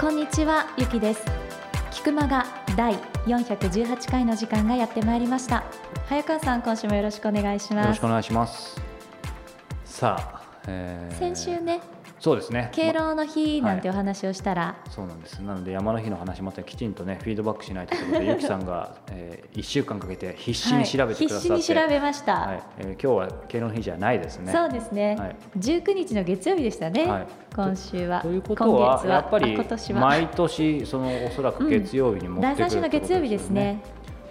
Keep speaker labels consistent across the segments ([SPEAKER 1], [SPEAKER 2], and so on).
[SPEAKER 1] こんにちは、ゆきです。菊間が第418回の時間がやってまいりました。早川さん、今週もよろしくお願いし
[SPEAKER 2] よ
[SPEAKER 1] ま
[SPEAKER 2] ろし
[SPEAKER 1] す
[SPEAKER 2] くお。願いします。さあ、えー
[SPEAKER 1] 先週ね、
[SPEAKER 2] そうですね。
[SPEAKER 1] 敬
[SPEAKER 2] ま
[SPEAKER 1] 老の日なんてお
[SPEAKER 2] はい
[SPEAKER 1] 話をしたら、
[SPEAKER 2] そうなんです。なので山の日の話またきちんとねフィードバックしないとい うことで、ゆきさんが、えー、1週間かけて必死に調べてくださって、
[SPEAKER 1] はい必死に調べました。
[SPEAKER 2] はい、えー今日は敬老の日じゃないですね。
[SPEAKER 1] そうですね、
[SPEAKER 2] はい
[SPEAKER 1] 19日の月曜日でしたね、
[SPEAKER 2] はい
[SPEAKER 1] 今週は
[SPEAKER 2] ということは
[SPEAKER 1] 今月は
[SPEAKER 2] やっぱ
[SPEAKER 1] あ
[SPEAKER 2] り
[SPEAKER 1] 今年は
[SPEAKER 2] 毎年そのおそらく月曜日に持って
[SPEAKER 1] 第
[SPEAKER 2] くる、
[SPEAKER 1] 3週の月曜日ですね。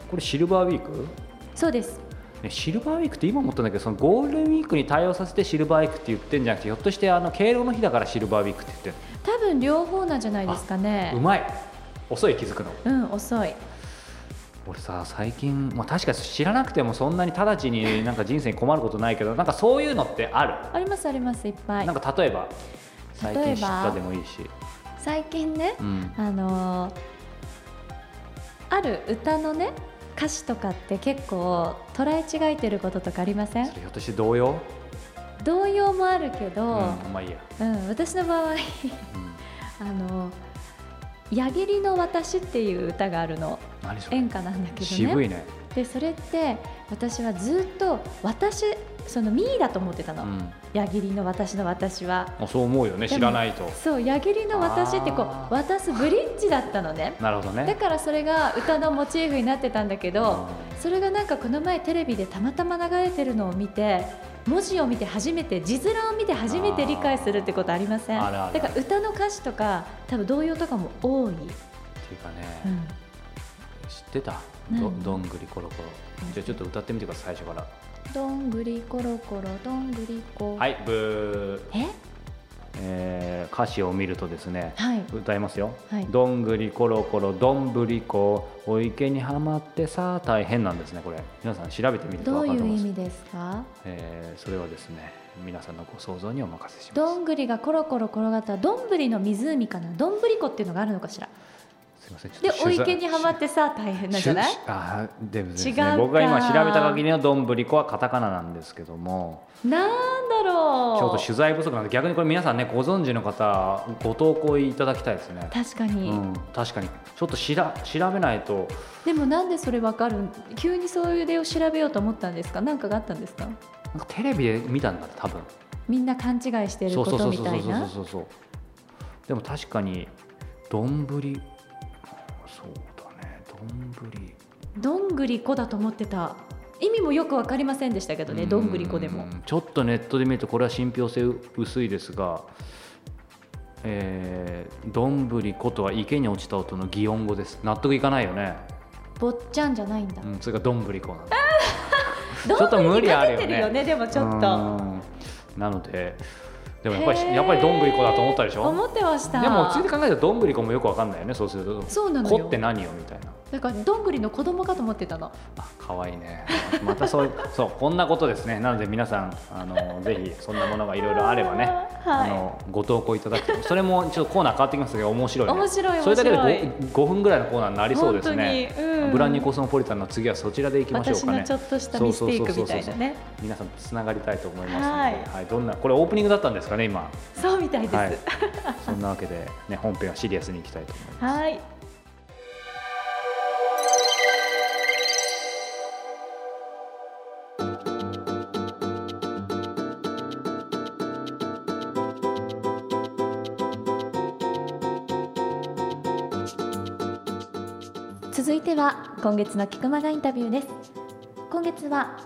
[SPEAKER 2] これシルバーウィーク？
[SPEAKER 1] そうです
[SPEAKER 2] ねシルバーウィークって今思ったんだけどそのゴールデンウィークに対応させてシルバーウィークって言ってんじゃなくてひょっとしてあの敬老の日だからシルバーウィークって言ってんの
[SPEAKER 1] 多分両方なんじゃないですかね
[SPEAKER 2] うまい遅い気づくの
[SPEAKER 1] うん遅い
[SPEAKER 2] 俺さ最近、まあ、確かに知らなくてもそんなに直ちになんか人生に困ることないけどなんかそういうのってある、
[SPEAKER 1] ありますありますいっぱい
[SPEAKER 2] なんか例えば最
[SPEAKER 1] 例え
[SPEAKER 2] 近
[SPEAKER 1] ば
[SPEAKER 2] 知ったでもいいし、
[SPEAKER 1] 最近ね
[SPEAKER 2] うん、
[SPEAKER 1] あのーある歌のね歌詞とかって結構捉え違えてることとかありません
[SPEAKER 2] それひょっとして同様、
[SPEAKER 1] 動揺もあるけ
[SPEAKER 2] うん、
[SPEAKER 1] ど、
[SPEAKER 2] まあいいや、
[SPEAKER 1] うん私の場合
[SPEAKER 2] うん、
[SPEAKER 1] あの「矢切の私」っていう歌があるの
[SPEAKER 2] 何それ
[SPEAKER 1] 演歌なんだけどね
[SPEAKER 2] 渋いね、
[SPEAKER 1] でそれって私はずっと私そのミーだと思ってた
[SPEAKER 2] う
[SPEAKER 1] の、
[SPEAKER 2] ん、
[SPEAKER 1] 矢切の私の私は
[SPEAKER 2] あそう思うよね
[SPEAKER 1] でも
[SPEAKER 2] 知らないと
[SPEAKER 1] そう矢切の私ってこ
[SPEAKER 2] あ
[SPEAKER 1] う
[SPEAKER 2] ー
[SPEAKER 1] 渡すブリッジだったのね
[SPEAKER 2] なるほど
[SPEAKER 1] だ
[SPEAKER 2] ね
[SPEAKER 1] からそれが歌のモチーフになってたんだけど、それがなんかこの前テレビでたまたま流れてるのを見て文字を見て初めて字面を見て初めて理解するってことありません
[SPEAKER 2] あーあるあるあ
[SPEAKER 1] だ
[SPEAKER 2] る
[SPEAKER 1] から歌の歌詞とか多分童謡とかも多い、
[SPEAKER 2] っていうかね、
[SPEAKER 1] うん
[SPEAKER 2] 知ってたど
[SPEAKER 1] 何
[SPEAKER 2] どんぐりころころじゃあちょっと歌ってみてください最初から
[SPEAKER 1] どんぐりころころどんぐりこ、
[SPEAKER 2] はいブー、
[SPEAKER 1] え
[SPEAKER 2] えー歌詞を見るとですね
[SPEAKER 1] はい
[SPEAKER 2] 歌いますよ、
[SPEAKER 1] はい
[SPEAKER 2] どんぐりころころどんぶりこお池にはまってさあ大変なんですねこれ皆さん調べてみると
[SPEAKER 1] ど
[SPEAKER 2] 分
[SPEAKER 1] う
[SPEAKER 2] か
[SPEAKER 1] い
[SPEAKER 2] ると
[SPEAKER 1] う
[SPEAKER 2] 思い
[SPEAKER 1] 意
[SPEAKER 2] ます
[SPEAKER 1] 味ですか
[SPEAKER 2] えーそれはですね皆さんのご想像にお任せしま
[SPEAKER 1] どんぐりがコロコロ転がったどんぶりの湖かなどんぶり湖っていうのがあるのかしら
[SPEAKER 2] すすいませんちょっと
[SPEAKER 1] でお
[SPEAKER 2] 取
[SPEAKER 1] 池
[SPEAKER 2] 材
[SPEAKER 1] にはまってさ大変なんじゃない
[SPEAKER 2] しゅあーでもです
[SPEAKER 1] 違う
[SPEAKER 2] ね
[SPEAKER 1] か
[SPEAKER 2] 僕が今調べた限りのどんぶりこはカタカナなんですけども
[SPEAKER 1] なんだ
[SPEAKER 2] ちょ
[SPEAKER 1] ろ
[SPEAKER 2] っと取材不足なんで逆にこれ皆さんねご存知の方ご投稿いただきたいですね
[SPEAKER 1] う確かに、
[SPEAKER 2] うん、確かにちょっとしら調べないと
[SPEAKER 1] でもなんでそれわかるん急にそういう例を調べようと思ったんですか何かがあったんですか
[SPEAKER 2] なんかテレビで見たんだ多分
[SPEAKER 1] みんな勘違いしてる
[SPEAKER 2] そう
[SPEAKER 1] こ
[SPEAKER 2] そうそ
[SPEAKER 1] と
[SPEAKER 2] う
[SPEAKER 1] み
[SPEAKER 2] そうそ
[SPEAKER 1] た
[SPEAKER 2] う
[SPEAKER 1] いな
[SPEAKER 2] そうそうでも確かに丼そうだね丼
[SPEAKER 1] どんぐり湖だと思ってた意味もよくわかりませんでしたけどねどんぐり湖でも
[SPEAKER 2] うんちょっとネットで見るとこれは信憑性薄いですがえー、どんぶりことは池に落ちた音の擬音語です納得いかないよね、
[SPEAKER 1] 坊っちゃんじゃないんだ、
[SPEAKER 2] うん、それがどんぶりこなんだ
[SPEAKER 1] どん
[SPEAKER 2] ちょっと無理あるよ
[SPEAKER 1] ぶ
[SPEAKER 2] ね
[SPEAKER 1] りにかけてるよねでもちょっと
[SPEAKER 2] うんなのででもやっぱ
[SPEAKER 1] へ
[SPEAKER 2] り
[SPEAKER 1] ー
[SPEAKER 2] やっぱりどんぐりこだと思ったでしょ
[SPEAKER 1] 思ってました
[SPEAKER 2] でもついて考えたらどんぐりこもよくわかんないよねそうすると
[SPEAKER 1] そうなのよ
[SPEAKER 2] こって何よみたいな
[SPEAKER 1] だからどんぐりの子供かと思ってたの
[SPEAKER 2] あ可愛いねまたそう そうこんなことですねなので皆さんあのぜひそんなものがいろいろあればね、
[SPEAKER 1] はい
[SPEAKER 2] あのご投稿いただくとそれもちょっとコーナー変わってきますけど面白いね
[SPEAKER 1] 面白い
[SPEAKER 2] それだけで
[SPEAKER 1] 面白い
[SPEAKER 2] 5, 5分ぐらいのコーナーになりそうですね
[SPEAKER 1] 本当にうん
[SPEAKER 2] ブランニューコスモポリタンの次はそちらでいきましょう
[SPEAKER 1] 私
[SPEAKER 2] かね
[SPEAKER 1] のちょっとしたミステイクみたいなね
[SPEAKER 2] 皆さんとつながりたいと思いますので、
[SPEAKER 1] は
[SPEAKER 2] はいどんなこれオープニングだったんですかね今
[SPEAKER 1] そうみたいです
[SPEAKER 2] はいそんなわけで、ね、本編はシリアスにいきたいと思います。
[SPEAKER 1] はい、続いては今月の菊間がインタビューです今月は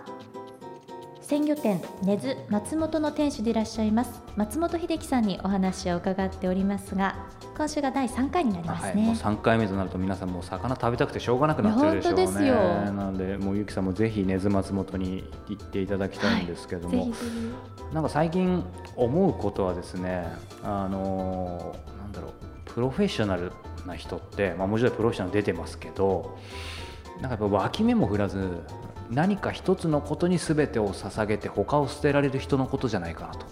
[SPEAKER 1] 鮮魚店根津松本の店主でいらっしゃいます松本秀樹さんにお話を伺っておりますが今週が第3回になりま
[SPEAKER 2] は
[SPEAKER 1] す
[SPEAKER 2] い、もう
[SPEAKER 1] ね、
[SPEAKER 2] 3回目となると皆さんもう魚食べたくてしょうがなくなってるでしょう
[SPEAKER 1] いや
[SPEAKER 2] ね
[SPEAKER 1] 本当ですよ
[SPEAKER 2] なのでもうゆきさんもぜひ根津松本に行っていただきたいんですけど
[SPEAKER 1] ぜ
[SPEAKER 2] も、
[SPEAKER 1] ひぜひ
[SPEAKER 2] なんか最近思うことはですねあのーなんだろうプロフェッショナルな人って、まあ、もちろんプロフェッショナル出てますけどなんかやっぱ脇目も振らず何か一つのことに全てを捧げて他を捨てられる人のことじゃないかなと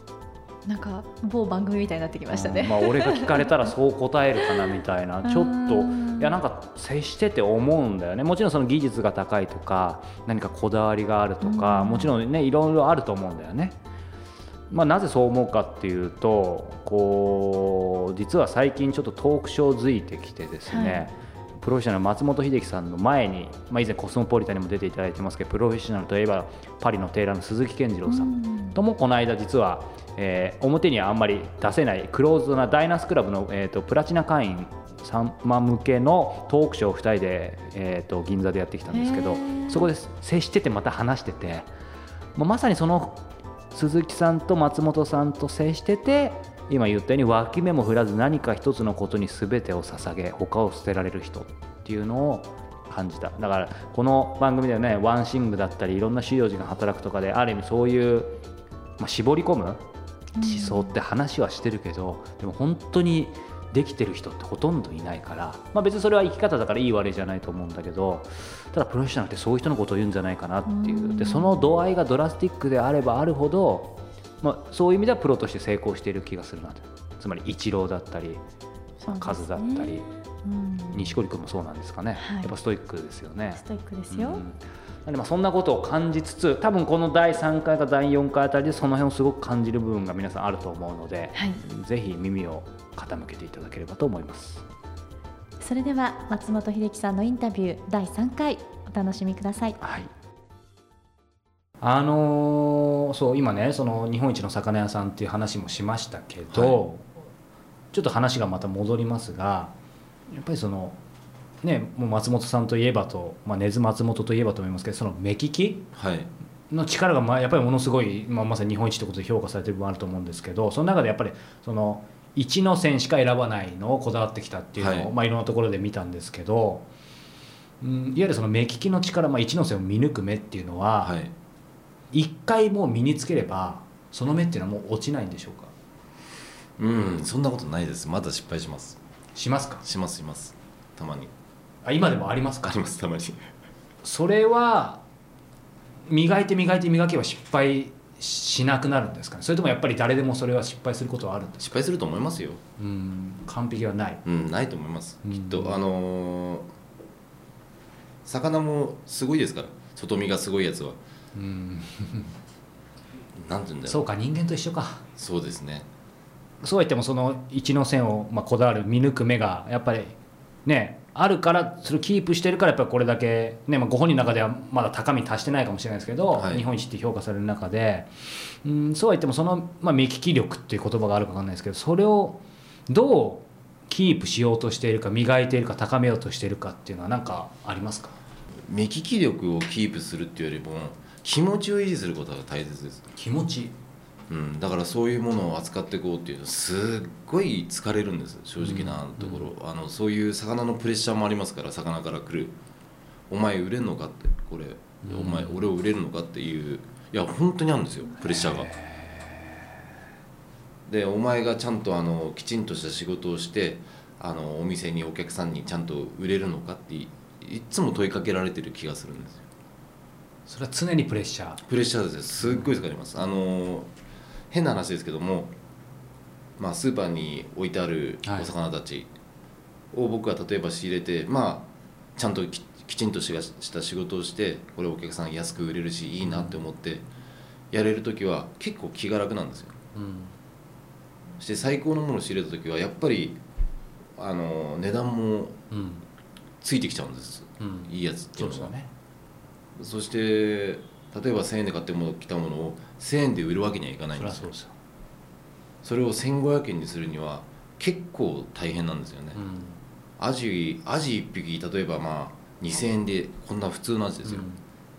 [SPEAKER 1] なんか某番組みたいになってきました
[SPEAKER 2] うん
[SPEAKER 1] ね。
[SPEAKER 2] まあ、俺が聞かれたらそう答えるかなみた いなちょっといやなんか接してて思うんだよねもちろんその技術が高いとか何かこだわりがあるとか
[SPEAKER 1] うん
[SPEAKER 2] もちろんねいろいろあると思うんだよね。まあ、なぜそう思うかっていうとこう実は最近ちょっとトークショーづいてきてですね、
[SPEAKER 1] はい
[SPEAKER 2] プロフェッショナル松本秀樹さんの前に、まあ、以前コスモポリタンにも出ていただいてますけどプロフェッショナルといえばパリのテーラーの鈴木健次郎さん
[SPEAKER 1] うん
[SPEAKER 2] ともこの間実は、えー表にはあんまり出せないクローズドなダイナスクラブの、えー、とプラチナ会員様向けのトークショーを2人で、えー、と銀座でやってきたんですけ
[SPEAKER 1] へ
[SPEAKER 2] ど
[SPEAKER 1] ー
[SPEAKER 2] そこで接しててまた話してて、まあまさにその鈴木さんと松本さんと接してて今言ったように脇目も振らず何か一つのことに全てを捧げ他を捨てられる人っていうのを感じただからこの番組ではねワンシングだったりいろんな主要人が働くとかである意味そういう、まあ、絞り込む思想って話はしてるけど、でも本当にできてる人ってほとんどいないから、まあ、別にそれは生き方だからいい悪いじゃないと思うんだけどただプロフェッショナルってそういう人のことを言うんじゃないかなっていう、
[SPEAKER 1] うん
[SPEAKER 2] でその度合いがドラスティックであればあるほど、まあ、そういう意味ではプロとして成功している気がするなとつまりイチローだったり
[SPEAKER 1] そうですね
[SPEAKER 2] 数だったり
[SPEAKER 1] うん
[SPEAKER 2] 錦織君もそうなんですかね、
[SPEAKER 1] はい
[SPEAKER 2] やっぱストイックですよね。
[SPEAKER 1] ストイックです
[SPEAKER 2] う
[SPEAKER 1] よ
[SPEAKER 2] ん。なんでまあそんなことを感じつつ多分この第3回か第4回あたりでその辺をすごく感じる部分が皆さんあると思うので、
[SPEAKER 1] はい。
[SPEAKER 2] ぜひ耳を傾けていただければと思います。
[SPEAKER 1] それでは松本秀樹さんのインタビュー第3回お楽しみください。
[SPEAKER 2] はい。あのーそう今ねその日本一の魚屋さんっていう話もしましたけど、ちょっと話がまた戻りますがやっぱりそのねもう松本さんといえばと、まあ、根津松本といえばと思いますけどその目利き
[SPEAKER 3] はい
[SPEAKER 2] の力がまあやっぱりものすごい、まあ、まさに日本一ってことで評価されてる部分あると思うんですけどその中でやっぱりその一の線しか選ばないのをこだわってきたっていうのを、
[SPEAKER 3] はい
[SPEAKER 2] いまあ、いろんなところで見たんですけど、うん、いわゆるその目利きの力、まあ、一の線を見抜く目っていうのは
[SPEAKER 3] はい
[SPEAKER 2] 一、回もう身につければその目っていうのはもう落ちないんでしょうか
[SPEAKER 3] うんそんなことないですまだ失敗します
[SPEAKER 2] しますか
[SPEAKER 3] しますしますたまに
[SPEAKER 2] あ今でもありますか
[SPEAKER 3] ありますたまに
[SPEAKER 2] それは磨いて磨いて磨けば失敗しなくなるんですかねそれともやっぱり誰でもそれは失敗することはあるんですか
[SPEAKER 3] 失敗すると思いますよ
[SPEAKER 2] うん完璧はない
[SPEAKER 3] うんないと思います
[SPEAKER 2] うん
[SPEAKER 3] きっとあのー魚もすごいですから外見がすごいやつは
[SPEAKER 2] うん
[SPEAKER 3] なんて言うんだ
[SPEAKER 2] そ
[SPEAKER 3] ろう
[SPEAKER 2] うか人間と一緒か
[SPEAKER 3] そうですね
[SPEAKER 2] そうは言ってもその一の線を、まあ、こだわる見抜く目がやっぱりねあるからそれをキープしてるからやっぱりこれだけ、ねまあ、ご本人の中ではまだ高み達してないかもしれないですけど、
[SPEAKER 3] はい
[SPEAKER 2] 日本一って評価される中でうんそうは言ってもその、まあ、目利き力っていう言葉があるか分かんないですけどそれをどうキープしようとしているか磨いているか高めようとしているかっていうのは何かありますか
[SPEAKER 3] 目利き力をキープするっていうよりも気持ちを維持することが大切です、
[SPEAKER 2] 気持ち
[SPEAKER 3] うん、だからそういうものを扱っていこうっていうのすっごい疲れるんです正直なところ、あのそういう魚のプレッシャーもありますから魚から来るお前売れんのかってこれ、
[SPEAKER 2] うん
[SPEAKER 3] お前俺を売れるのかっていういや本当にあるんですよプレッシャーがでお前がちゃんとあのきちんとした仕事をしてあのお店にお客さんにちゃんと売れるのかっていいっつも問いかけられてる気がするんですよ
[SPEAKER 2] それは常にプレッシャー
[SPEAKER 3] プレッシャーですすっごい疲れますあの変な話ですけども、まあ、スーパーに置いてあるお魚たちを僕が例えば仕入れてまあちゃんとききちんとしがした仕事をしてこれお客さん安く売れるしいいなって思ってやれる時は結構気が楽なんですよ
[SPEAKER 2] うん
[SPEAKER 3] そして最高のものを仕入れた時はやっぱりあの値段も
[SPEAKER 2] うん
[SPEAKER 3] ついてきちゃうんです
[SPEAKER 2] うん
[SPEAKER 3] いいやつって
[SPEAKER 2] そ
[SPEAKER 3] いうう
[SPEAKER 2] です
[SPEAKER 3] の
[SPEAKER 2] よ
[SPEAKER 3] は
[SPEAKER 2] ね
[SPEAKER 3] そして例えば1000円で買ってもきたものを1000円で売るわけにはいかない
[SPEAKER 2] そ
[SPEAKER 3] ん
[SPEAKER 2] れは
[SPEAKER 3] です
[SPEAKER 2] そ
[SPEAKER 3] よ
[SPEAKER 2] うですよ、
[SPEAKER 3] それを1500円にするには結構大変なんですよね、
[SPEAKER 2] うん
[SPEAKER 3] アジアジ1匹例えばまあ2000円でこんな普通のアジですよ、
[SPEAKER 2] うん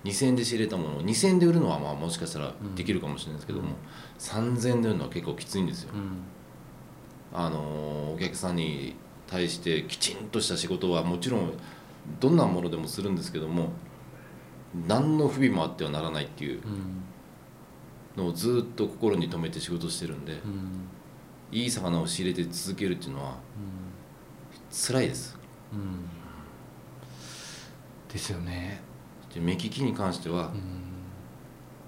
[SPEAKER 3] 2000円で仕入れたものを2000円で売るのはまあもしかしたら
[SPEAKER 2] うん
[SPEAKER 3] できるかもしれないですけど
[SPEAKER 2] う
[SPEAKER 3] も、
[SPEAKER 2] ん
[SPEAKER 3] 3000円で売るのは結構きついんですよ、
[SPEAKER 2] うん
[SPEAKER 3] あのお客さんに対してきちんとした仕事はもちろんどんなものでもするんですけども何の不備もあってはならないっていう
[SPEAKER 2] うん
[SPEAKER 3] のをずっと心に留めて仕事してるんで
[SPEAKER 2] うん
[SPEAKER 3] いい魚を仕入れて続けるっていうのは辛いです
[SPEAKER 2] うんですよね
[SPEAKER 3] で目利きに関しては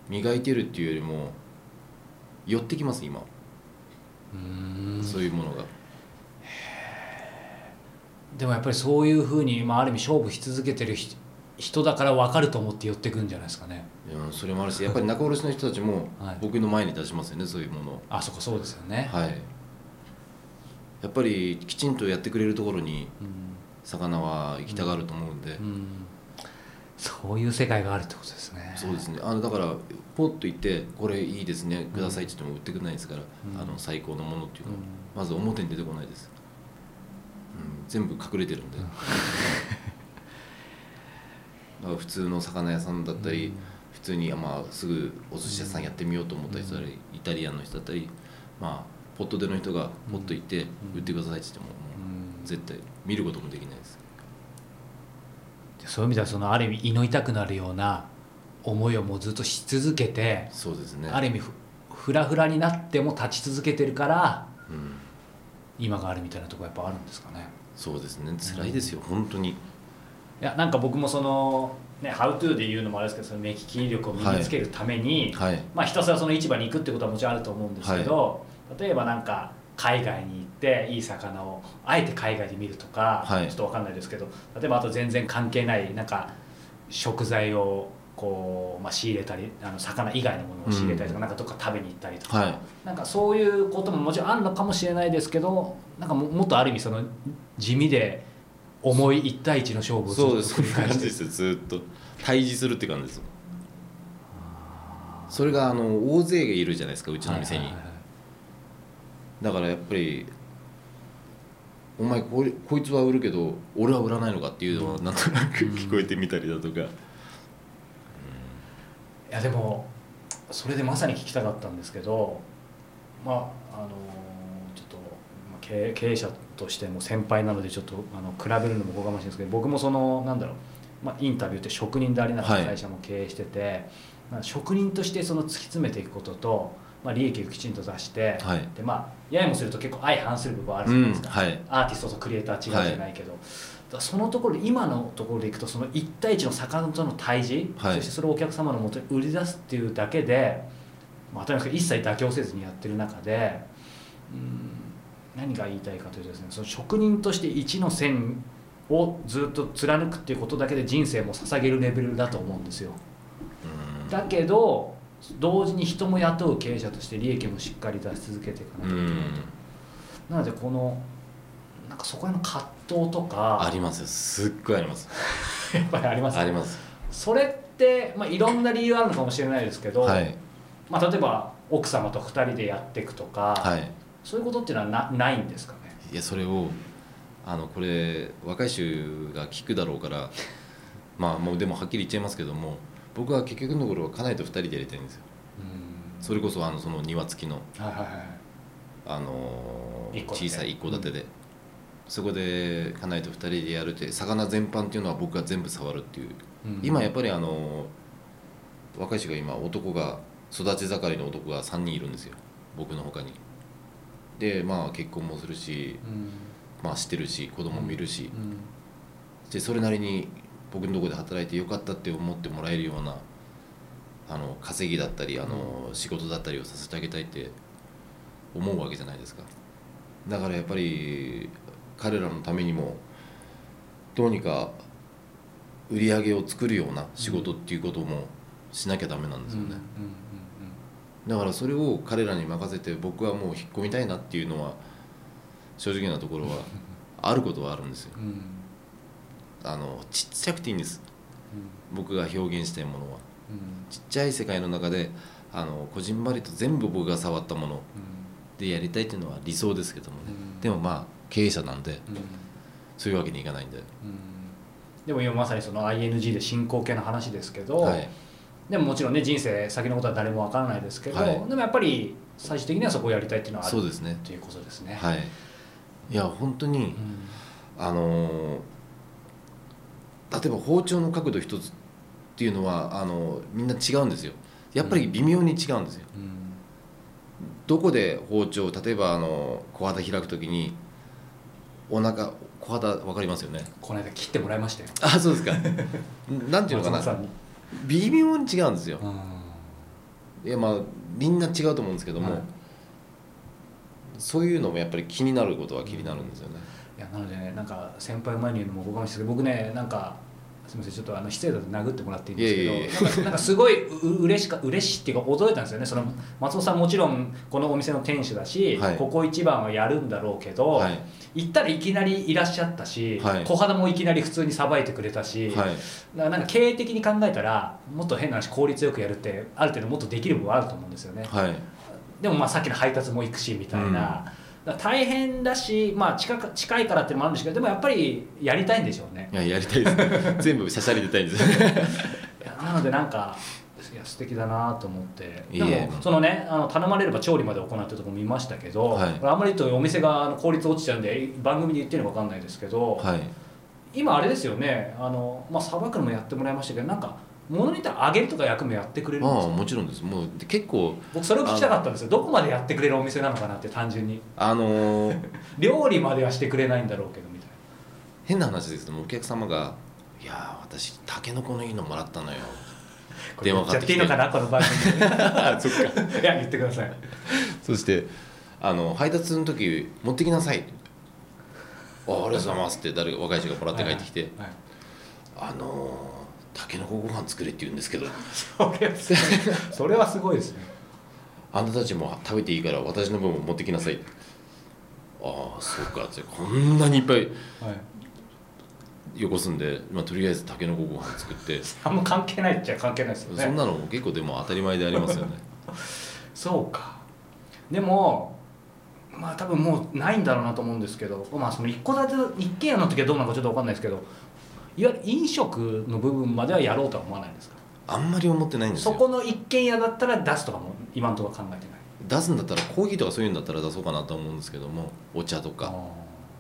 [SPEAKER 3] 磨いてるっていうよりも寄ってきます今
[SPEAKER 2] うん
[SPEAKER 3] そういうものが
[SPEAKER 2] でもやっぱりそういうふうに、まあ、ある意味勝負し続けてるひ人だから分かると思って寄ってくんじゃないですかね
[SPEAKER 3] うんそれもあるしやっぱり仲卸の人たちも
[SPEAKER 2] はい
[SPEAKER 3] 僕の前に出しますよねそういうものを
[SPEAKER 2] あそこそうですよね、
[SPEAKER 3] はいやっぱりきちんとやってくれるところに
[SPEAKER 2] うん
[SPEAKER 3] 魚は行きたがると思うんで、
[SPEAKER 2] うんそういう世界があるってことですね
[SPEAKER 3] そうですねあのだからポッと行って「これいいですねください」って言っても売ってくれないですから、
[SPEAKER 2] うん
[SPEAKER 3] あの最高のものっていう
[SPEAKER 2] う
[SPEAKER 3] の
[SPEAKER 2] ん
[SPEAKER 3] は、まず表に出てこないです、うん、全部隠れてるんで、だから普通の魚屋さんだったり、普通に、まあ、すぐお寿司屋さんやってみようと思った人だったり、イタリアンの人だったりまあポットでの人がポッと行って
[SPEAKER 2] うん
[SPEAKER 3] 売ってくださいって言っても,、も
[SPEAKER 2] うん
[SPEAKER 3] う絶対見ることもできないです
[SPEAKER 2] そういう意味ではそのある意味胃の痛くなるような思いをもうずっとし続けて、
[SPEAKER 3] そうですね
[SPEAKER 2] ある意味ふフラフラになっても立ち続けてるから
[SPEAKER 3] うん、
[SPEAKER 2] 今があるみたいなとこやっぱあるんですかね
[SPEAKER 3] そうですね辛いですよ、本当に
[SPEAKER 2] いやなんか僕もそのね「HowTo」で言うのもあれですけどその目利き力を身につけるために、
[SPEAKER 3] はい
[SPEAKER 2] まあ、ひたすらその市場に行くってことはもちろんあると思うんですけど、例えばなんか海外に行っていい魚をあえて海外で見るとか、
[SPEAKER 3] はい
[SPEAKER 2] ちょっとわかんないですけど例えばあと全然関係ないなんか食材をこう、まあ、仕入れたりあの魚以外のものを仕入れたりとか、なんかどっか食べに行ったりとか、
[SPEAKER 3] はい
[SPEAKER 2] なんかそういうことももちろんあるのかもしれないですけどなんかももっとある意味その地味で重い一対一の勝負をずっと
[SPEAKER 3] そうです
[SPEAKER 2] 繰
[SPEAKER 3] そう
[SPEAKER 2] り
[SPEAKER 3] いう
[SPEAKER 2] 返し
[SPEAKER 3] 感じ
[SPEAKER 2] て
[SPEAKER 3] ですよずーっと対峙するって感じですそれがあの大勢がいるじゃないですかうちの店に、
[SPEAKER 2] はいはいはいはい
[SPEAKER 3] だからやっぱり「お前これこいつは売るけど俺は売らないのか」っていうのはなんとなく聞こえてみたりだとか、
[SPEAKER 2] いやでもそれでまさに聞きたかったんですけどまああのちょっとまあ経営経営者としても先輩なのでちょっとあの比べるのもおこがましいんですけど僕もそのなんだろう、まあ、インタビューって職人でありなが
[SPEAKER 3] は
[SPEAKER 2] ら
[SPEAKER 3] い
[SPEAKER 2] 会社も経営してて、まあ、職人としてその突き詰めていくことと、まあ、利益をきちんと出して、
[SPEAKER 3] はい
[SPEAKER 2] でまあややもすると結構相反する部分はある
[SPEAKER 3] う
[SPEAKER 2] じゃない
[SPEAKER 3] ん
[SPEAKER 2] ですか、
[SPEAKER 3] はい
[SPEAKER 2] アーティストとクリエイターは違うじゃないけど、だからそのところ今のところでいくとその一対一の魚との対峙、
[SPEAKER 3] はい
[SPEAKER 2] そしてそれをお客様のもとに売り出すっていうだけで、まあ、当たり前ですけど一切妥協せずにやってる中でうん何が言いたいかというとですねその職人として一の線をずっと貫くっていうことだけで人生も捧げるレベルだと思うんですよ。
[SPEAKER 3] うん
[SPEAKER 2] だけど同時に人も雇う経営者として利益もしっかり出し続けていかなきゃいけないとなのでこのなんかそこへの葛藤と
[SPEAKER 3] あ
[SPEAKER 2] か
[SPEAKER 3] りますよすっごいあります
[SPEAKER 2] やっぱりあります
[SPEAKER 3] あ
[SPEAKER 2] ね
[SPEAKER 3] ります
[SPEAKER 2] それって、まあ、いろんな理由あるのかもしれないですけど、
[SPEAKER 3] はい
[SPEAKER 2] まあ、例えば奥様と2人でやっていくとか、
[SPEAKER 3] はい
[SPEAKER 2] そういうことっていうのはなないんですかね
[SPEAKER 3] いやそれをあのこれ若い衆が聞くだろうからまあもうでもはっきり言っちゃいますけども僕は結局のところは家内と2人でやりたいんですよそれこそあのその庭付きの
[SPEAKER 2] はいはいはい
[SPEAKER 3] あのー
[SPEAKER 2] 一戸建
[SPEAKER 3] 小
[SPEAKER 2] て
[SPEAKER 3] さい一戸建てで、そこで家内と2人でやるって魚全般っていうのは僕が全部触るっていう、今やっぱりあのー若い人が今男が育ち盛りの男が3人いるんですよ僕の他にでまあ結婚もするし
[SPEAKER 2] うん
[SPEAKER 3] まあしてるし子供もいるし、
[SPEAKER 2] うん
[SPEAKER 3] でそれなりに僕のとこで働いてよかったって思ってもらえるようなあの稼ぎだったりあの仕事だったりをさせてあげたいって思うわけじゃないですかだからやっぱり彼らのためにもどうにか売り上げを作るような仕事っていうこともしなきゃダメなんですよね、だからそれを彼らに任せて僕はもう引っ込みたいなっていうのは正直なところはあることはあるんですよ
[SPEAKER 2] うんうんうんうん
[SPEAKER 3] あのちっちゃくていいんです僕が表現したいものは
[SPEAKER 2] うん
[SPEAKER 3] ちっちゃい世界の中であのこじんまりと全部僕が触ったものでやりたいっていうのは理想ですけどもね、
[SPEAKER 2] うん
[SPEAKER 3] でもまあ経営者なんで
[SPEAKER 2] うんうん
[SPEAKER 3] そういうわけにいかないんで、
[SPEAKER 2] でも今まさにその ING で進行形の話ですけど、
[SPEAKER 3] はい、
[SPEAKER 2] でももちろんね人生先のことは誰もわからないですけど、
[SPEAKER 3] はい
[SPEAKER 2] でもやっぱり最終的にはそこをやりたいっていうのはある
[SPEAKER 3] そうですね
[SPEAKER 2] ということですね。
[SPEAKER 3] はいいや本当に
[SPEAKER 2] うん
[SPEAKER 3] あのー例えば包丁の角度一つっていうのはあのみんな違うんですよやっぱり微妙に違うんですよ
[SPEAKER 2] うん
[SPEAKER 3] どこで包丁例えばあの小肌開くときにお腹小肌分かりますよね
[SPEAKER 2] この間切ってもらいましたよ
[SPEAKER 3] あそうですかなんていうの
[SPEAKER 2] 松
[SPEAKER 3] か
[SPEAKER 2] 本さ
[SPEAKER 3] なん
[SPEAKER 2] に
[SPEAKER 3] 微妙に違うんですよ
[SPEAKER 2] うん
[SPEAKER 3] いやまあみんな違うと思うんですけども、
[SPEAKER 2] はい
[SPEAKER 3] そういうのもやっぱり気になることは気になるんですよね、
[SPEAKER 2] いやなのでねなんか先輩前に言うのもおこがましいですけど僕ねなんかすみませんちょっとあの失礼だと殴ってもらっていいんですけど
[SPEAKER 3] いやいやいや
[SPEAKER 2] なんかなんかすごいう嬉しか嬉しいっていうか驚いたんですよねその松本さんもちろんこのお店の店主だし、
[SPEAKER 3] はい
[SPEAKER 2] ここ一番はやるんだろうけど、
[SPEAKER 3] はい
[SPEAKER 2] 行ったらいきなりいらっしゃったし、
[SPEAKER 3] はい
[SPEAKER 2] 小肌もいきなり普通にさばいてくれたし、
[SPEAKER 3] はい
[SPEAKER 2] ななんか経営的に考えたらもっと変な話効率よくやるってある程度もっとできる部分はあると思うんですよね、
[SPEAKER 3] はい
[SPEAKER 2] でもまあさっきの配達も行くしみたいな、
[SPEAKER 3] うん
[SPEAKER 2] だから大変だし、まあ、近く近いからっていうのもあるんですけどでもやっぱりやりたいんでしょうね
[SPEAKER 3] いややりたいです ね全部しゃしゃり出たいんです
[SPEAKER 2] いやなのでなんかいや素敵だなと思って
[SPEAKER 3] い
[SPEAKER 2] で
[SPEAKER 3] え
[SPEAKER 2] も
[SPEAKER 3] いえ
[SPEAKER 2] そのねあの頼まれれば調理まで行ってるとこ見ましたけど、
[SPEAKER 3] はい
[SPEAKER 2] これあんまり言うとお店があの効率落ちちゃうんで番組で言ってるのか分かんないですけど、
[SPEAKER 3] はい
[SPEAKER 2] 今あれですよねあの、まあ、さばくのもやってもらいましたけどなんか物によったら揚げるとか役もやってくれるんです
[SPEAKER 3] ああ
[SPEAKER 2] よ
[SPEAKER 3] もちろんですもうで結構
[SPEAKER 2] 僕それを聞きたかったんですよどこまでやってくれるお店なのかなって単純に
[SPEAKER 3] あのー
[SPEAKER 2] 料理まではしてくれないんだろうけどみたいな。
[SPEAKER 3] 変な話ですけどもお客様が「いやー私タケノコのいいのもらっ たのよ」電話か
[SPEAKER 2] や
[SPEAKER 3] か
[SPEAKER 2] っ
[SPEAKER 3] ってて
[SPEAKER 2] い
[SPEAKER 3] き
[SPEAKER 2] い
[SPEAKER 3] て
[SPEAKER 2] のかなこの番組で
[SPEAKER 3] あそっか
[SPEAKER 2] いや言ってください
[SPEAKER 3] そしてあの配達の時持ってきなさいあありがとうございますって誰か若い人がもらって帰ってきて
[SPEAKER 2] はい
[SPEAKER 3] 「あのー、タケノコご飯作れ」って言うんですけど
[SPEAKER 2] それはすごい それはすごいですね
[SPEAKER 3] あんたたちも食べていいから私の分も持ってきなさいああそうかってこんなにいっぱい
[SPEAKER 2] はい
[SPEAKER 3] よこすんで、まあ、とりあえずたけのこご飯作って
[SPEAKER 2] あんま関係ないっちゃ関係ないですよ
[SPEAKER 3] そん
[SPEAKER 2] ね
[SPEAKER 3] なのも結構でも当たり前でありますよね
[SPEAKER 2] そうかでもまあ多分もうないんだろうなと思うんですけどまあその一戸建て一軒家の時はどうなのかちょっと分かんないですけどいわゆる飲食の部分まではやろうとは思わないんですか
[SPEAKER 3] あんまり思ってないんです
[SPEAKER 2] そ
[SPEAKER 3] よ
[SPEAKER 2] この一軒家だったら出すとかも今のところは考えてない
[SPEAKER 3] 出すんだったらコーヒーとかそういうんだったら出そうかなとは思うんですけどもお茶と
[SPEAKER 2] あ
[SPEAKER 3] か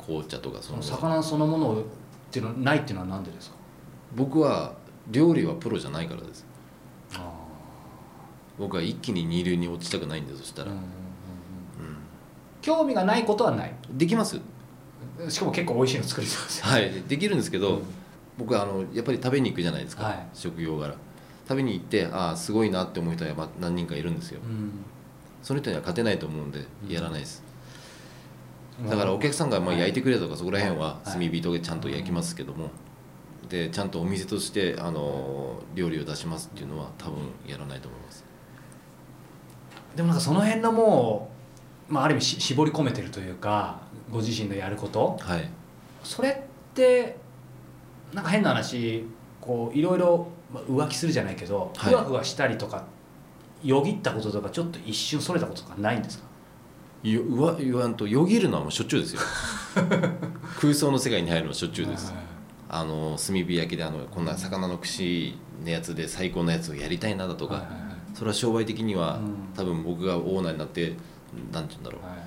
[SPEAKER 2] ー
[SPEAKER 3] 紅茶とかそ
[SPEAKER 2] その
[SPEAKER 3] の
[SPEAKER 2] 魚そのものをっていうのはないっていうのは何でですか
[SPEAKER 3] 僕は料理はプロじゃないからです
[SPEAKER 2] あ
[SPEAKER 3] 僕は一気に二流に落ちたくないんでそし
[SPEAKER 2] あ
[SPEAKER 3] たら、
[SPEAKER 2] 興味がないことはない
[SPEAKER 3] うんできます
[SPEAKER 2] しかも結構美味しいの作りそうですよ
[SPEAKER 3] はいできるんですけど、
[SPEAKER 2] うん
[SPEAKER 3] 僕はあのやっぱり食べに行くじゃないですか、
[SPEAKER 2] はい
[SPEAKER 3] 職業柄食べに行ってああすごいなって思う人はま何人かいるんですよその人には勝てないと思うんで
[SPEAKER 2] うん
[SPEAKER 3] やらないです、
[SPEAKER 2] うん
[SPEAKER 3] だからお客さんがまあ
[SPEAKER 2] はい
[SPEAKER 3] 焼いてくれとかそこら辺は
[SPEAKER 2] はい
[SPEAKER 3] 炭火とかでちゃんと焼きますけども、でちゃんとお店としてあの料理を出しますっていうのは多分やらないと思います
[SPEAKER 2] でもなんかその辺のもう、まあ、ある意味し絞り込めてるというかご自身のやること
[SPEAKER 3] はい
[SPEAKER 2] それってなんか変な話こういろいろまあ浮気するじゃないけど、
[SPEAKER 3] はい
[SPEAKER 2] ふわふわしたりとかよぎったこととかちょっと一瞬それたこととかないんですか
[SPEAKER 3] ようわ言わんとよぎるのはもうしょっちゅ うですよ空想の世界に入るのはしょっちゅうです
[SPEAKER 2] はい
[SPEAKER 3] あの炭火焼きであのこんな魚の串のやつで最高のやつをやりたいなだとか、
[SPEAKER 2] はいはいはい
[SPEAKER 3] それは商売的には、
[SPEAKER 2] うん
[SPEAKER 3] 多分僕がオーナーになってなんて言うんだろう
[SPEAKER 2] はい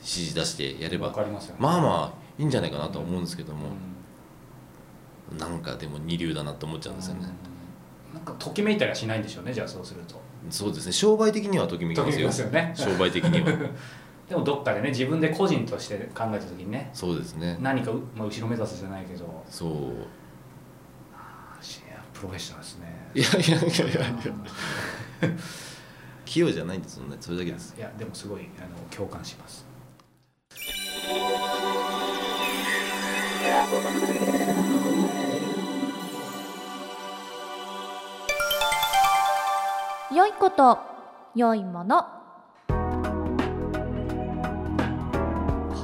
[SPEAKER 3] 指示出してやれば
[SPEAKER 2] わかりますよね
[SPEAKER 3] まあまあいいんじゃないかなとは思うんですけども
[SPEAKER 2] う、ん
[SPEAKER 3] なんかでも二流だなと思っちゃうんですよね、
[SPEAKER 2] うんなんかときめいたりはしないんでしょうねじゃあそうすると
[SPEAKER 3] そうですね商売的にはときめき
[SPEAKER 2] と
[SPEAKER 3] ま
[SPEAKER 2] きめ
[SPEAKER 3] す
[SPEAKER 2] き
[SPEAKER 3] よ
[SPEAKER 2] ますよね
[SPEAKER 3] 商売的に は
[SPEAKER 2] でもどっかでね自分で個人として考えた時にね
[SPEAKER 3] そうですね
[SPEAKER 2] 何かう、まあ、後ろ目指すじゃないけど
[SPEAKER 3] そう
[SPEAKER 2] あしいやプロフェッショナルですね
[SPEAKER 3] いやいやいやいや
[SPEAKER 2] あー
[SPEAKER 3] 器用じゃないんですよねそれだけです
[SPEAKER 2] いやでもすごいあの共感します
[SPEAKER 1] 良いこと良いもの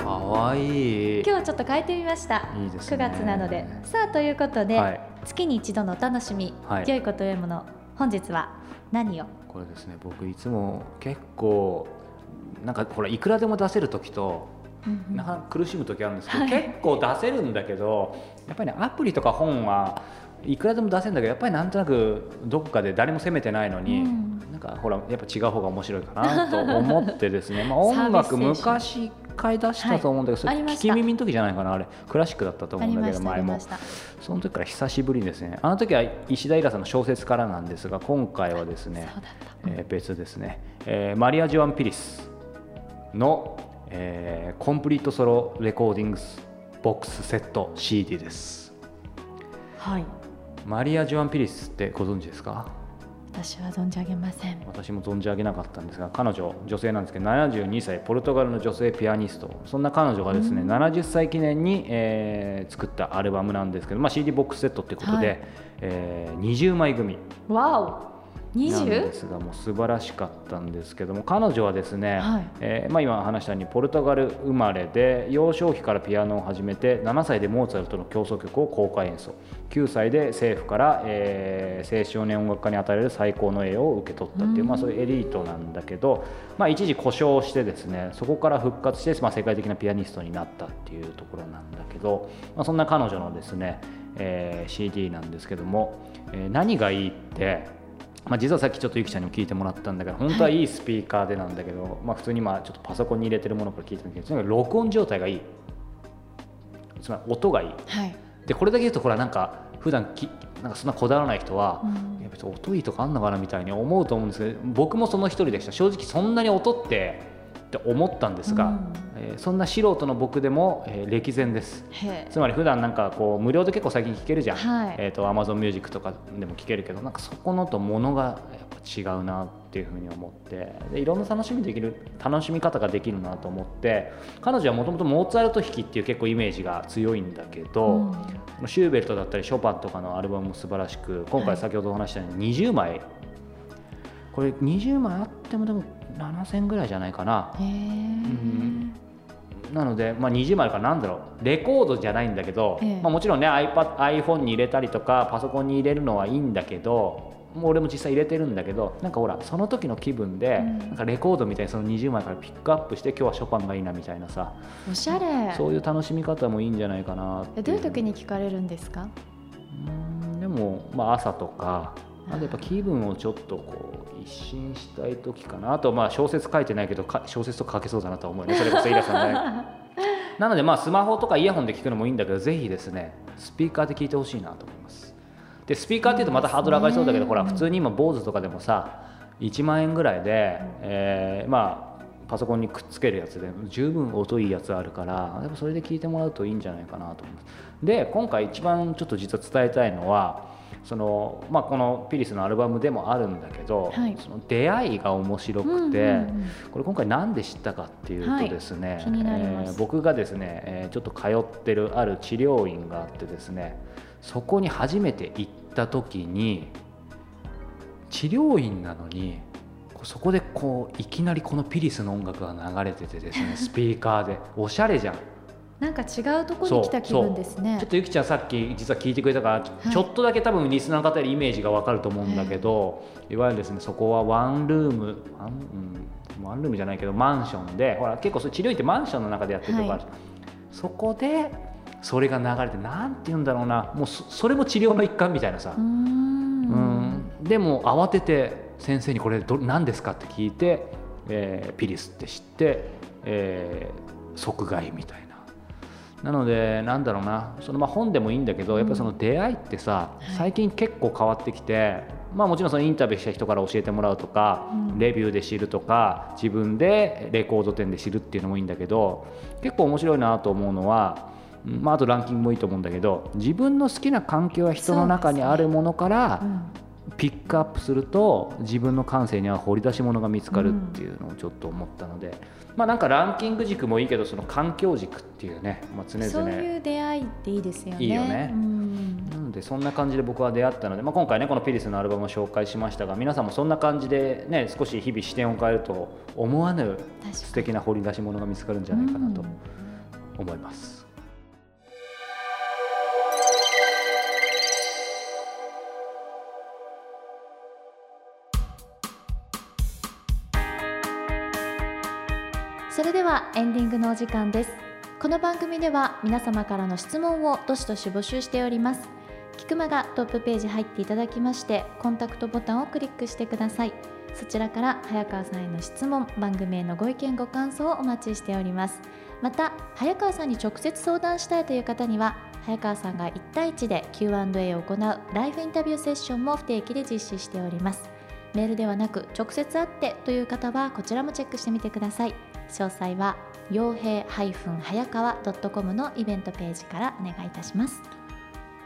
[SPEAKER 4] かわいい
[SPEAKER 1] 今日ちょっと変えてみました
[SPEAKER 4] いいです
[SPEAKER 1] 9
[SPEAKER 4] ね
[SPEAKER 1] 月なのでさあということで、
[SPEAKER 4] はい
[SPEAKER 1] 月に一度のお楽しみ、
[SPEAKER 4] はい
[SPEAKER 1] 良いこと良いもの本日は何を
[SPEAKER 4] これですね僕いつも結構なんかほらいくらでも出せる時と
[SPEAKER 1] うんうん
[SPEAKER 4] なかなか苦しむ時あるんですけど、結構出せるんだけどやっぱりねアプリとか本はいくらでも出せるんだけどやっぱりなんとなくどこかで誰も責めてないのに、
[SPEAKER 1] うん
[SPEAKER 4] なんかほらやっぱ違う方が面白いかな と思ってですねまあ
[SPEAKER 1] サ
[SPEAKER 4] 音
[SPEAKER 1] ービス
[SPEAKER 4] 楽
[SPEAKER 1] 精神
[SPEAKER 4] 昔一回出したと思うんだけど、
[SPEAKER 1] はい
[SPEAKER 4] そ
[SPEAKER 1] あり
[SPEAKER 4] れ
[SPEAKER 1] ま
[SPEAKER 4] 聞
[SPEAKER 1] し
[SPEAKER 4] き
[SPEAKER 1] た
[SPEAKER 4] 耳の時じゃないかなあれクラシックだったと
[SPEAKER 1] あ
[SPEAKER 4] 思う
[SPEAKER 1] り
[SPEAKER 4] んだ
[SPEAKER 1] ま
[SPEAKER 4] けど
[SPEAKER 1] したあ
[SPEAKER 4] 前
[SPEAKER 1] りま
[SPEAKER 4] も
[SPEAKER 1] した
[SPEAKER 4] その時から久しぶりにですねあの時は石田イラさんの小説からなんですが今回はですね
[SPEAKER 1] そうだった
[SPEAKER 4] えー別ですね、えーマリア・ジョアン・ピリスの、えーコンプリートソロレコーディングス
[SPEAKER 2] ボックスセット CD です
[SPEAKER 1] はい
[SPEAKER 2] マリア・ジョアン・ピリスってご存知ですか
[SPEAKER 1] 私は存じ上げません
[SPEAKER 2] 私も存じ上げなかったんですが彼女女性なんですけど72歳ポルトガルの女性ピアニストそんな彼女がですね、
[SPEAKER 1] うん
[SPEAKER 2] 70歳記念に、えー作ったアルバムなんですけど、まあ、CD ボックスセットってことで、
[SPEAKER 1] はい
[SPEAKER 2] えー20枚組
[SPEAKER 1] わお
[SPEAKER 2] なんで
[SPEAKER 1] 20?
[SPEAKER 2] すがもう素晴らしかったんですけども彼女はですね、
[SPEAKER 1] はい
[SPEAKER 2] えーまあ、今話したようにポルトガル生まれで幼少期からピアノを始めて7歳でモーツァルトの競争曲を公開演奏9歳で政府から、えー青少年音楽家に与えられる最高の栄誉を受け取ったっていうう、
[SPEAKER 1] ん
[SPEAKER 2] まあ、そういうエリートなんだけど、まあ、一時故障してですねそこから復活して、まあ、世界的なピアニストになったっていうところなんだけど、まあ、そんな彼女のですね、えー CD なんですけども、えー何がいいってまあ、実はさっきちょっとゆきちゃんにも聞いてもらったんだけど本当はいいスピーカーでなんだけど、まあ、普通にまあちょっとパソコンに入れてるものから聞いてるけどとにかく録音状態がいいつまり音がいい
[SPEAKER 1] はい、
[SPEAKER 2] でこれだけ言うとこれはなんか普段きなんかそんなこだわらない人は、
[SPEAKER 1] うん
[SPEAKER 2] いや別に音いいとかあんのかなみたいに思うと思うんですけど僕もその一人でした正直そんなに音ってって思ったんですが、
[SPEAKER 1] うん
[SPEAKER 2] えーそんな素人の僕でも、えー歴然です
[SPEAKER 1] へ
[SPEAKER 2] つまり普段なんかこう無料で結構最近聴けるじゃん、
[SPEAKER 1] はい
[SPEAKER 2] えー、と Amazon ミュージックとかでも聴けるけどなんかそこのとものがやっぱ違うなっていうふうに思ってでいろんな楽しみできる楽しみ方ができるなと思って彼女はもともとモーツァルト弾きっていう結構イメージが強いんだけど、
[SPEAKER 1] うん
[SPEAKER 2] シューベルトだったりショパンとかのアルバムも素晴らしく今
[SPEAKER 1] は
[SPEAKER 2] 回
[SPEAKER 1] い
[SPEAKER 2] 先ほどお話ししたように20枚これ20枚あってもでも7000ぐらいじゃないかな
[SPEAKER 1] へー
[SPEAKER 2] なので、まあ、20枚かなんだろうレコードじゃないんだけど、
[SPEAKER 1] ええ
[SPEAKER 2] まあ、もちろんね iPad iPhone に入れたりとかパソコンに入れるのはいいんだけどもう俺も実際入れてるんだけどなんかほらその時の気分で、
[SPEAKER 1] うん
[SPEAKER 2] なんかレコードみたいにその20枚からピックアップして今日はショパンがいいなみたいなさ
[SPEAKER 1] おしゃれ
[SPEAKER 2] そういう楽しみ方もいいんじゃないかなって
[SPEAKER 1] え
[SPEAKER 2] い
[SPEAKER 1] どういう時に聞かれるんですか
[SPEAKER 2] うんでも、まあ、朝とかあとやっぱ気分をちょっとこう一新したい時かなあとまあ小説書いてないけどか小説とか書けそうだなとは思うよねそれこそイラさんね なのでまあスマホとかイヤホンで聞くのもいいんだけどぜひですねスピーカーで聞いてほしいなと思いますでスピーカーっていうとまたハードル上がりそうだけど、
[SPEAKER 1] そうで
[SPEAKER 2] ほ
[SPEAKER 1] すね
[SPEAKER 2] ら普通に今 BOSE とかでもさ1万円ぐらいで、えーまあパソコンにくっつけるやつで十分音いいやつあるからやっぱそれで聞いてもらうといいんじゃないかなと思いますで今回一番ちょっと実は伝えたいのはその、まあ、このピリスのアルバムでもあるんだけど、
[SPEAKER 1] はい
[SPEAKER 2] その出会いが面白
[SPEAKER 1] うんう
[SPEAKER 2] く
[SPEAKER 1] ん
[SPEAKER 2] て、
[SPEAKER 1] うん
[SPEAKER 2] これ今回なんで知ったかっていうとですね、
[SPEAKER 1] い気になります
[SPEAKER 2] えー僕がですね、えーちょっと通ってるある治療院があってですねそこに初めて行った時に治療院なのにこうそこでこういきなりこのピリスの音楽が流れててで すねスピーカーでおしゃれじゃん。
[SPEAKER 1] なんか違うとこに来た気分ですね
[SPEAKER 2] ちょっとゆきちゃんさっき実は聞いてくれたから、ちょ
[SPEAKER 1] はい
[SPEAKER 2] ちょっとだけ多分リスナーの方よりイメージがわかると思うんだけど、い、わゆるですねそこはワンルームワン,、うん、ワンルームじゃないけどマンションでほら結構そう治療院ってマンションの中でやってるとこあるじゃん、そこでそれが流れてなんて言うんだろうなもうそそれも治療の一環みたいなさ、
[SPEAKER 1] うーん
[SPEAKER 2] うんでも慌てて先生にこれど何ですかって聞いて、えーピリスって知って、えー即買いみたいな。なのでなんだろうなそのまあ本でもいいんだけどやっぱその出会いってさ、
[SPEAKER 1] はい
[SPEAKER 2] 最近結構変わってきて、まあ、もちろんそのインタビューした人から教えてもらうとか、
[SPEAKER 1] うん
[SPEAKER 2] レビューで知るとか自分でレコード店で知るっていうのもいいんだけど結構面白いなと思うのは、うんまあ、あとランキングもいいと思うんだけど自分の好きな環境や人の中にあるものから、
[SPEAKER 1] うん
[SPEAKER 2] ピックアップすると自分の感性には掘り出し物が見つかるっていうのをちょっと思ったので、まあなんかランキング軸もいいけどその環境軸っていうね、まあ、常
[SPEAKER 1] そ
[SPEAKER 2] 々
[SPEAKER 1] ういう出会いっていいですよね
[SPEAKER 2] いいよね
[SPEAKER 1] うん
[SPEAKER 2] なのでそんな感じで僕は出会ったので、まあ、今回ねこのピリスのアルバムを紹介しましたが皆さんもそんな感じでね少し日々視点を変えると思わぬ
[SPEAKER 1] 確かに
[SPEAKER 2] 素敵な掘り出し物が見つかるんじゃないかなと思います。
[SPEAKER 1] それではエンディングのお時間ですこの番組では皆様からの質問をどしどし募集しております菊間がトップページ入っていただきましてコンタクトボタンをクリックしてくださいそちらから早川さんへの質問番組へのご意見ご感想をお待ちしておりますまた早川さんに直接相談したいという方には早川さんが1対1で Q&A を行うライフインタビューセッションも不定期で実施しておりますメールではなく直接会ってという方はこちらもチェックしてみてください詳細は傭兵早川 .com のイベントページからお願いいたします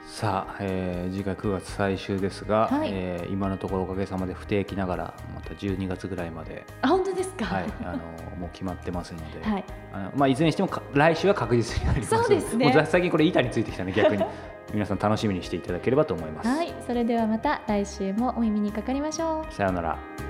[SPEAKER 2] さあ、えー次回9月最終ですが、
[SPEAKER 1] はい
[SPEAKER 2] えー今のところおかげさまで不定期ながらまた12月ぐらいまで、
[SPEAKER 1] あ本当ですか
[SPEAKER 2] はい、あのもう決まってますので、
[SPEAKER 1] はい
[SPEAKER 2] あのまあ、いずれにしてもか来週は確実になります
[SPEAKER 1] そうですね
[SPEAKER 2] もうざ最近これ板についてきたので逆に皆さん楽しみにしていただければと思います、
[SPEAKER 1] はい、それではまた来週もお耳にかかりましょう
[SPEAKER 2] さようなら